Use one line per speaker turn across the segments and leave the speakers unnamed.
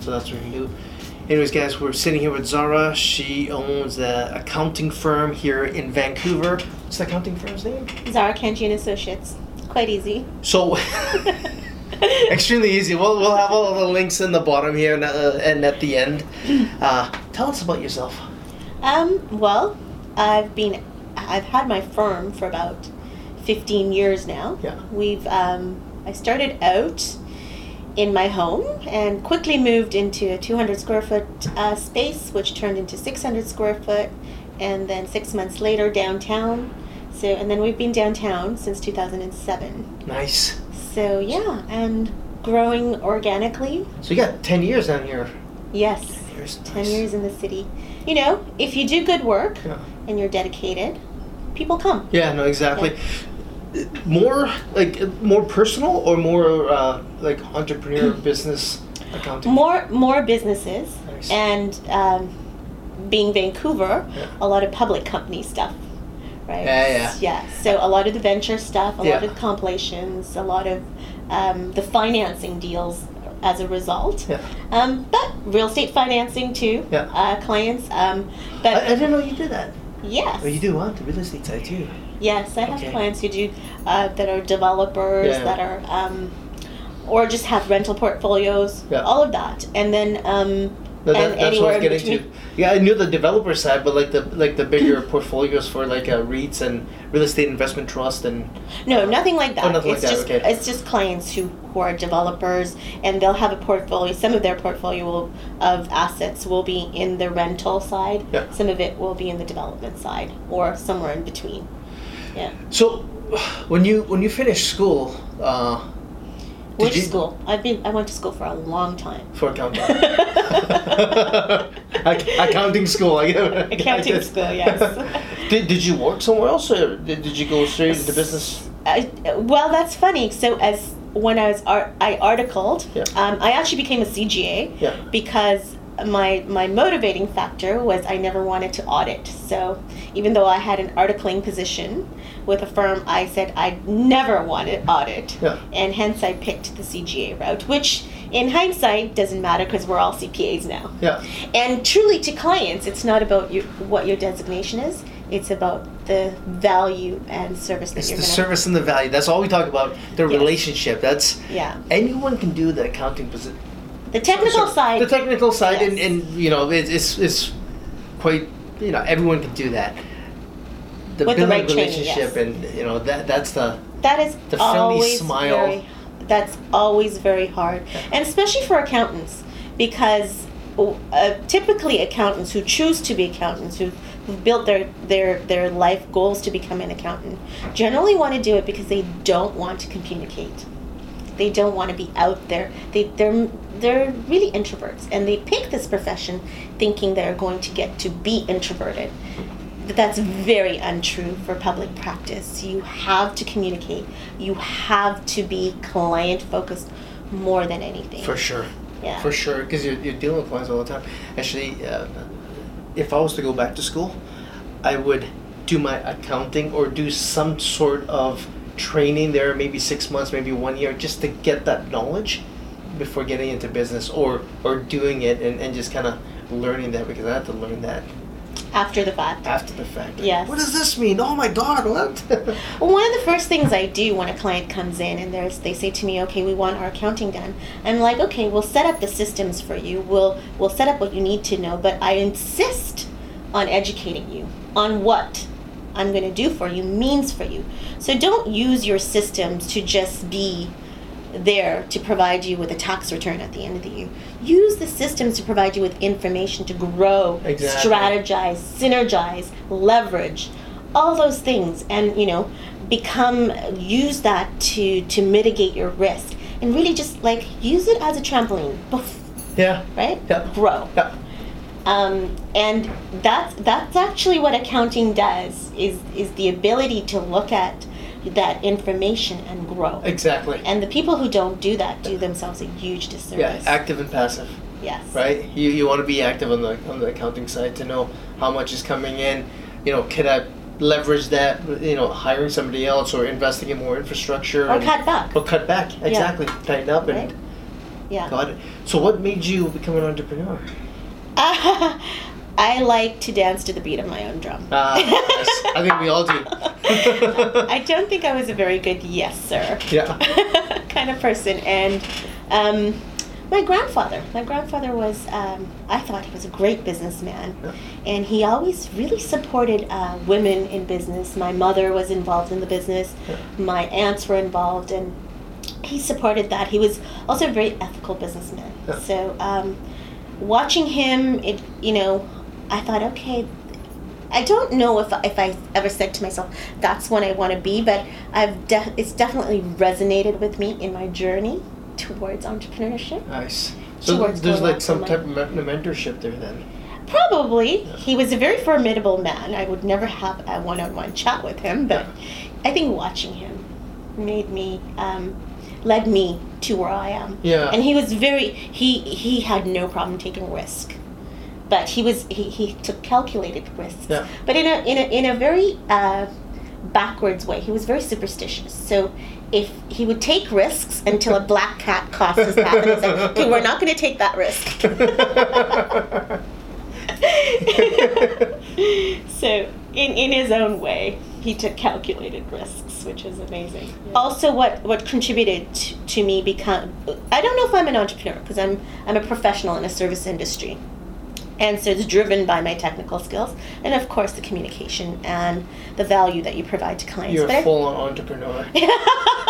So that's what we do. Anyways, guys, we're sitting here with Zara. She owns an accounting firm here in Vancouver. What's the accounting firm's name?
Zara Kenji and Associates. Quite easy.
So, extremely easy. We'll, we'll have all the links in the bottom here and, uh, and at the end. Uh, tell us about yourself.
Um, well, I've been, I've had my firm for about 15 years now.
Yeah.
We've, um, I started out in my home and quickly moved into a 200 square foot uh, space, which turned into 600 square foot, and then six months later downtown. So, and then we've been downtown since 2007.
Nice.
So, yeah, and growing organically.
So you got 10 years on your.
Yes,
Years.
10 years in the city. You know, if you do good work
Yeah.
and you're dedicated, people come.
Yeah, no, exactly. More like more personal or more uh, like entrepreneur business accounting.
Hmm. More more businesses
Nice.
and um, being Vancouver,
Yeah.
a lot of public company stuff, right?
Yeah, yeah.
Yeah. So a lot of the venture stuff, a lot
Yeah.
of compilations, a lot of um, the financing deals as a result.
Yeah.
Um, but real estate financing too.
Yeah.
Uh, clients. Um, but
I, I didn't know you did that.
yes.
Well, you do want the real estate side too.
Yes, I have
Okay.
clients who do uh, that are developers
Yeah.
that are, um, or just have rental portfolios,
Yeah.
all of that, and then um,
No, that,
and
that's
anywhere
what I was
in
getting
between.
to. Yeah, I knew the developer side, but like the like the bigger portfolios for like uh, REITs and real estate investment trust and
No, nothing like that.
Oh, nothing like
it's
that,
just
okay.
it's just clients who, who are developers and they'll have a portfolio. Some of their portfolio will, of assets will be in the rental side.
Yeah.
Some of it will be in the development side or somewhere in between. Yeah.
so when you when you finish school uh, Did
Which
you-
school? I've been I went to school for a long time.
for accounting Ac- accounting school I guess.
Accounting school, yes.
did, did you work somewhere else or did, did you go straight into business
I, well, that's funny. So as when I was art, I articled.
Yeah.
Um, I actually became a CGA
Yeah.
because my my motivating factor was I never wanted to audit. So even though I had an articling position with a firm, I said I never wanted audit,
Yeah.
and hence I picked the CGA route, which in hindsight doesn't matter because we're all CPAs now.
yeah
And truly, to clients, it's not about you, what your designation is. It's about the value and service that
it's
you're
the
going to
service and the value that's all we talk about the
Yes.
relationship that's
Yeah.
anyone can do the accounting position
The technical
So,
side.
The technical side, and,
Yes.
and you know, it, it's it's quite you know everyone can do that. The
With the
building
right training,
relationship,
yes.
and you know that that's the
that is
the friendly
always
smile.
very. That's always very hard, and especially for accountants, because uh, typically accountants who choose to be accountants who who've built their their their life goals to become an accountant generally want to do it because they don't want to communicate. They don't want to be out there. They they're they're really introverts, and they pick this profession thinking they're going to get to be introverted. But that's very untrue for public practice. You have to communicate. You have to be client focused more than anything.
for sure,
Yeah.
for sure, because you're, you're dealing with clients all the time. Actually, uh, if I was to go back to school, I would do my accounting or do some sort of training there, maybe six months, maybe one year, just to get that knowledge before getting into business or or doing it and, and just kind of learning that because I have to learn that
After the fact.
after the fact. Like,
Yes.
What does this mean? Oh my God! What?
Well, one of the first things I do when a client comes in and there's, they say to me, okay, we want our accounting done. I'm like, okay, we'll set up the systems for you. We'll, we'll set up what you need to know, but I insist on educating you on what I'm going to do for you means for you. So don't use your systems to just be there to provide you with a tax return at the end of the year. Use the systems to provide you with information to grow,
Exactly.
strategize, synergize, leverage, all those things and you know, become use that to to mitigate your risk and really just like use it as a trampoline, Boof,
yeah.
right?
Yeah.
Grow.
Yeah.
Um, and that's that's actually what accounting does is is the ability to look at that information and grow.
Exactly.
And the people who don't do that do themselves a huge
yeah.
disservice.
Active and passive,
yes.
right? You you want to be active on the on the accounting side to know how much is coming in. You know, could I leverage that? You know, hiring somebody else or investing in more infrastructure.
Or
and-
cut back.
Or cut back. Exactly. Tighten up and
Right. Yeah.
Got it. So what made you become an entrepreneur?
I like to dance to the beat of my own drum.
Ah, yes. I think we all do.
I don't think I was a very good yes, sir.
Yeah.
kind of person. And um, my grandfather, my grandfather was, um, I thought he was a great businessman.
Yeah.
And he always really supported uh, women in business. My mother was involved in the business,
Yeah.
my aunts were involved, and he supported that. He was also a very ethical businessman.
Yeah.
So um, watching him, it you know, I thought, okay, I don't know if if I ever said to myself that's what I want to be, but I've def- it's definitely resonated with me in my journey towards entrepreneurship.
Nice. So
Towards
there's
going
like
up
some
the
type of men- mentorship there then.
Probably. He was a very formidable man. I would never have a one on one chat with him, but I think watching him made me, um, led me to where I am.
Yeah.
And he was very, he, he had no problem taking risk. But he was he, he took calculated risks,
Yeah.
but in a in a in a very uh, backwards way. He was very superstitious. So if he would take risks until a black cat crossed his path, and he said, "Okay, we're not going to take that risk." so in, in his own way he took calculated risks which is amazing also what, what contributed t- to me become i don't know if i'm an entrepreneur because I'm, I'm a professional in a service industry and so it's driven by my technical skills and of course the communication and the value that you provide to clients
You're
But I-
a full on entrepreneur.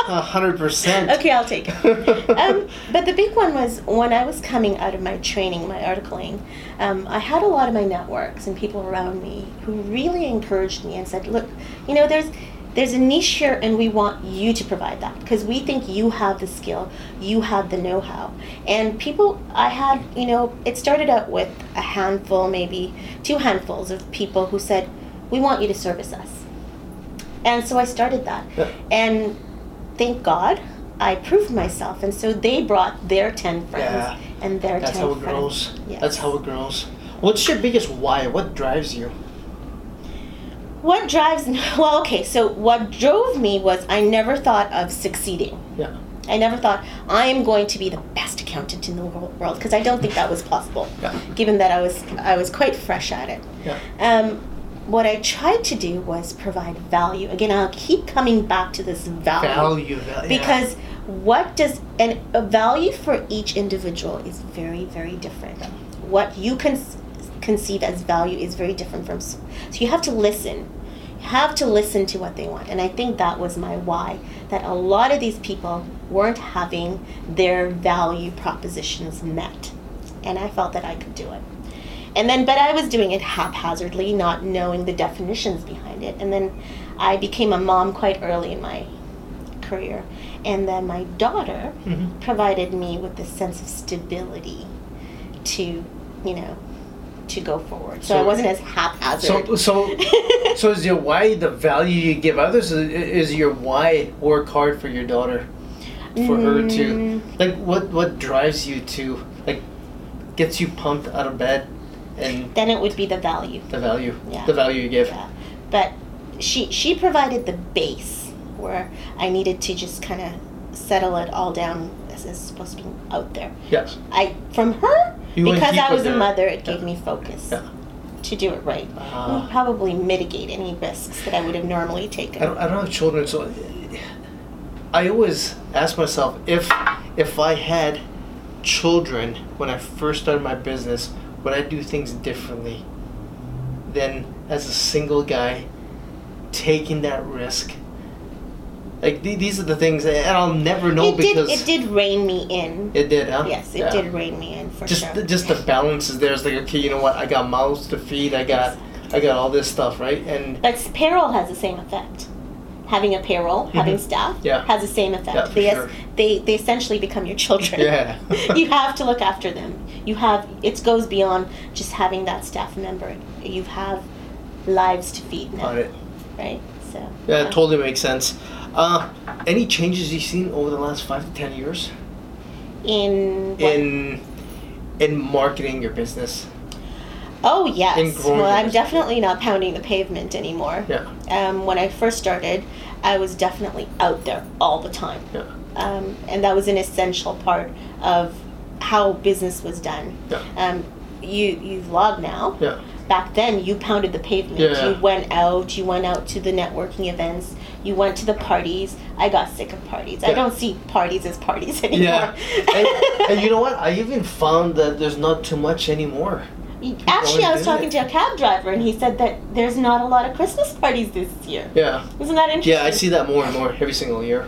A hundred percent.
okay i'll take it um, but the big one was when I was coming out of my training, my articling, um, I had a lot of my networks and people around me who really encouraged me and said, "Look, you know, there's there's a niche here, and we want you to provide that because we think you have the skill, you have the know-how." And people, I had, you know, it started out with a handful, maybe two handfuls of people who said, "We want you to service us," and so I started that,
Yeah.
and thank God, I proved myself, and so they brought their ten friends
Yeah.
and their
That's
ten
how it
friends.
grows.
Yes.
That's how it grows. What's your biggest why? What drives you?
What drives? Well, okay. So what drove me was I never thought of succeeding.
Yeah.
I never thought I am going to be the best accountant in the wor- world because I don't think that was possible,
Yeah.
given that I was I was quite fresh at it.
Yeah.
Um, what I tried to do was provide value. Again, I'll keep coming back to this
Value, value.
because what does and a value for each individual is very very different what you can conceive as value is very different from s- so you have to listen you have to listen to what they want and i think that was my why that a lot of these people weren't having their value propositions met and i felt that i could do it and then but i was doing it haphazardly not knowing the definitions behind it and then i became a mom quite early in my career. And then my daughter
Mhm.
provided me with this sense of stability to, you know, to go forward. So, I
So-
wasn't as haphazard.
So so so is your why the value you give others? Is- Is your why work hard for your daughter, for her to
Mm.
like what what drives you to like gets you pumped out of bed and
then it would be the value.
the value
Yeah.
the value you give.
Yeah. But she she provided the base where I needed to just kind of settle it all down as it's supposed to be out there.
Yes.
I from her
You went
because
deep
I was
with
a
her.
mother, it
Yeah.
gave me focus
Yeah.
to do it right.
Ah.
And probably mitigate any risks that I would have normally taken.
I don't, I don't have children, so I always ask myself if if I had children when I first started my business, would I do things differently than as a single guy taking that risk? Like the- these are the things, that, and I'll never know
it did
because
it did rein me in.
It did, huh?
yes, it
Yeah.
did rein me in for
Just
sure.
the, just the balance is there. It's like okay, you know what? I got mouths to feed. I got I got all this stuff right, and
but s- payroll has the same effect. Having a payroll, having
Mhm.
staff,
Yeah.
has the same effect.
Yeah, for
they, es-
sure.
they they essentially become your children.
Yeah.
you have to look after them. You have it goes beyond just having that staff member. You have lives to feed now,
on it.
right? So
Yeah, it totally makes sense. Uh, any changes you've seen over the last five to ten years
in what-
in in marketing your business?
Oh yes.
in growing
well, I'm
business.
definitely not pounding the pavement anymore.
Yeah,
Um, when I first started, I was definitely out there all the time,
yeah,
um, and that was an essential part of how business was done.
Yeah.
Um, you you vlog now.
Yeah.
Back then, you pounded the pavement.
Yeah.
You went out. You went out to the networking events. You went to the parties. I got sick of parties. I
Yeah.
don't see parties as parties anymore.
Yeah. and, and you know what? I even found that there's not too much anymore.
Actually, I was
doing
talking
it.
to a cab driver, and he said that there's not a lot of Christmas parties this year.
Yeah.
Isn't that interesting?
Yeah, I see that more and more every single year.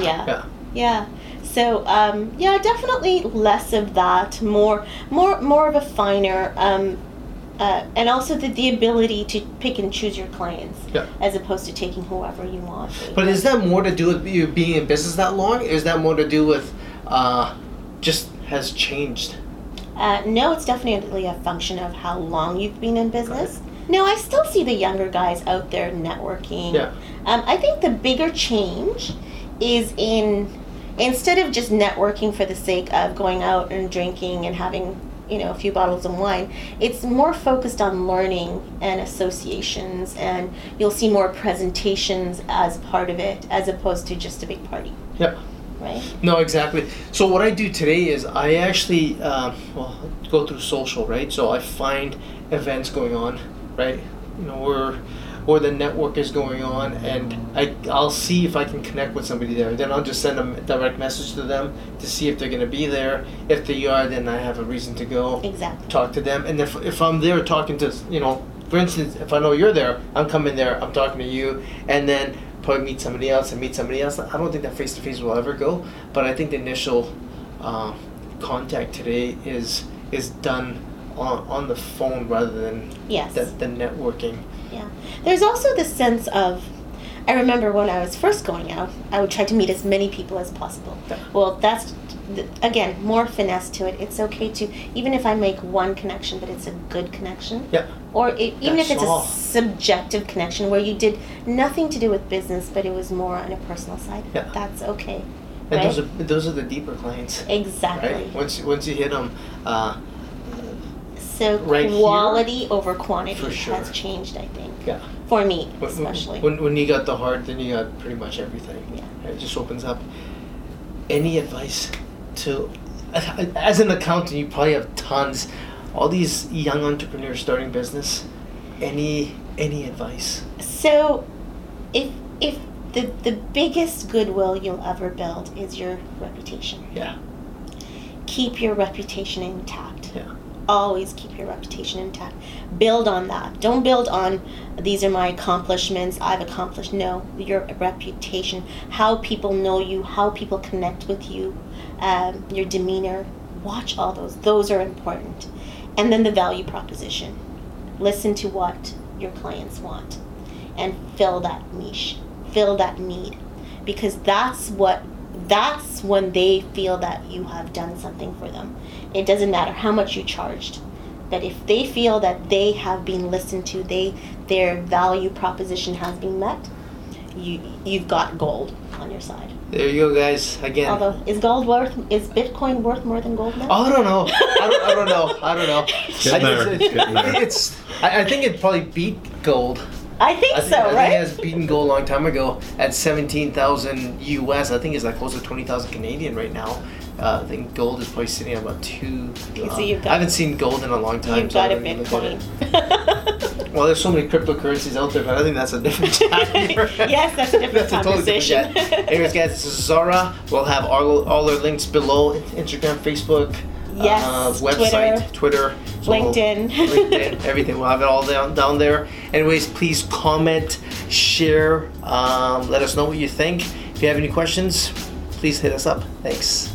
Yeah.
Yeah.
Yeah. So um, yeah, definitely less of that, more more more of a finer, um, uh, and also the, the ability to pick and choose your clients
Yeah.
as opposed to taking whoever you want.
But is that more to do with you being in business that long? Is that more to do with uh, just has changed?
Uh, no, it's definitely a function of how long you've been in business. No, I still see the younger guys out there networking.
Yeah.
Um, I think the bigger change is in instead of just networking for the sake of going out and drinking and having you know a few bottles of wine it's more focused on learning and associations and you'll see more presentations as part of it as opposed to just a big party
Yeah.
right
No, exactly. So what I do today is I actually um, well go through social, right? So I find events going on, right? You know where where the network is going on, and I I'll see if I can connect with somebody there. Then I'll just send a direct message to them to see if they're gonna be there. If they are, then I have a reason to go
exactly
talk to them. And if if I'm there talking to you know, for instance, if I know you're there, I'm coming there. I'm talking to you, and then probably meet somebody else and meet somebody else. I don't think that face to face will ever go, but I think the initial um, contact today is is done on on the phone rather than
yes
the, the networking.
Yeah. There's also the sense of I remember when I was first going out, I would try to meet as many people as possible.
Yeah.
Well, that's th- again more finesse to it. It's okay to even if I make one connection, but it's a good connection,
Yeah,
or it, even if
That's
it's
all.
a subjective connection where you did nothing to do with business, but it was more on a personal side.
Yeah.
That's okay.
and
right?
those are those are the deeper clients,
exactly.
right? Once once you hit them. Uh,
So
Right here?
quality over quantity
For sure.
has changed, I think,
yeah.
for me
When- when-
especially.
When, when you got the heart, then you got pretty much everything.
Yeah.
It just opens up. Any advice to, as an accountant, you probably have tons. All these young entrepreneurs starting business, any any advice?
So, if if the the biggest goodwill you'll ever build is your reputation.
Yeah,
Keep your reputation intact.
yeah,
Always keep your reputation intact. Build on that. Don't build on these are my accomplishments. I've accomplished. No, your reputation. How people know you. How people connect with you. Um, your demeanor. Watch all those. Those are important. And then the value proposition. Listen to what your clients want and fill that niche, fill that need, because that's what that's when they feel that you have done something for them. It doesn't matter how much you charged, but if they feel that they have been listened to, they their value proposition has been met, you you've got gold on your side.
There you go, guys. Again.
Although is gold worth is Bitcoin worth more than gold now?
Oh, I don't know. I don't, I don't know. I don't know.
Getting
I just-
there,
it's-
getting there.
It's. I, I think it probably beat gold.
I think
I
so,
I
right?
Think it has beaten gold a long time ago at seventeen thousand US. I think it's like close to twenty thousand Canadian right now. Uh, I think gold is probably sitting at about two.
Okay, so
um,
you've
I
got-
haven't seen gold in a long time.
You've
so I
got a
haven't even looked at it.
Bitcoin.
Well, there's so many cryptocurrencies out there, but I think that's a different chapter.
Yes, that's a different conversation.
Totally different chat. Anyways, guys, this is Zara. We'll have all, all our links below: Instagram, Facebook,
Yes,
uh, website, Twitter, So we'll-
LinkedIn.
LinkedIn, everything. We'll have it all down down there. Anyways, please comment, share, um, let us know what you think. If you have any questions, please hit us up. Thanks.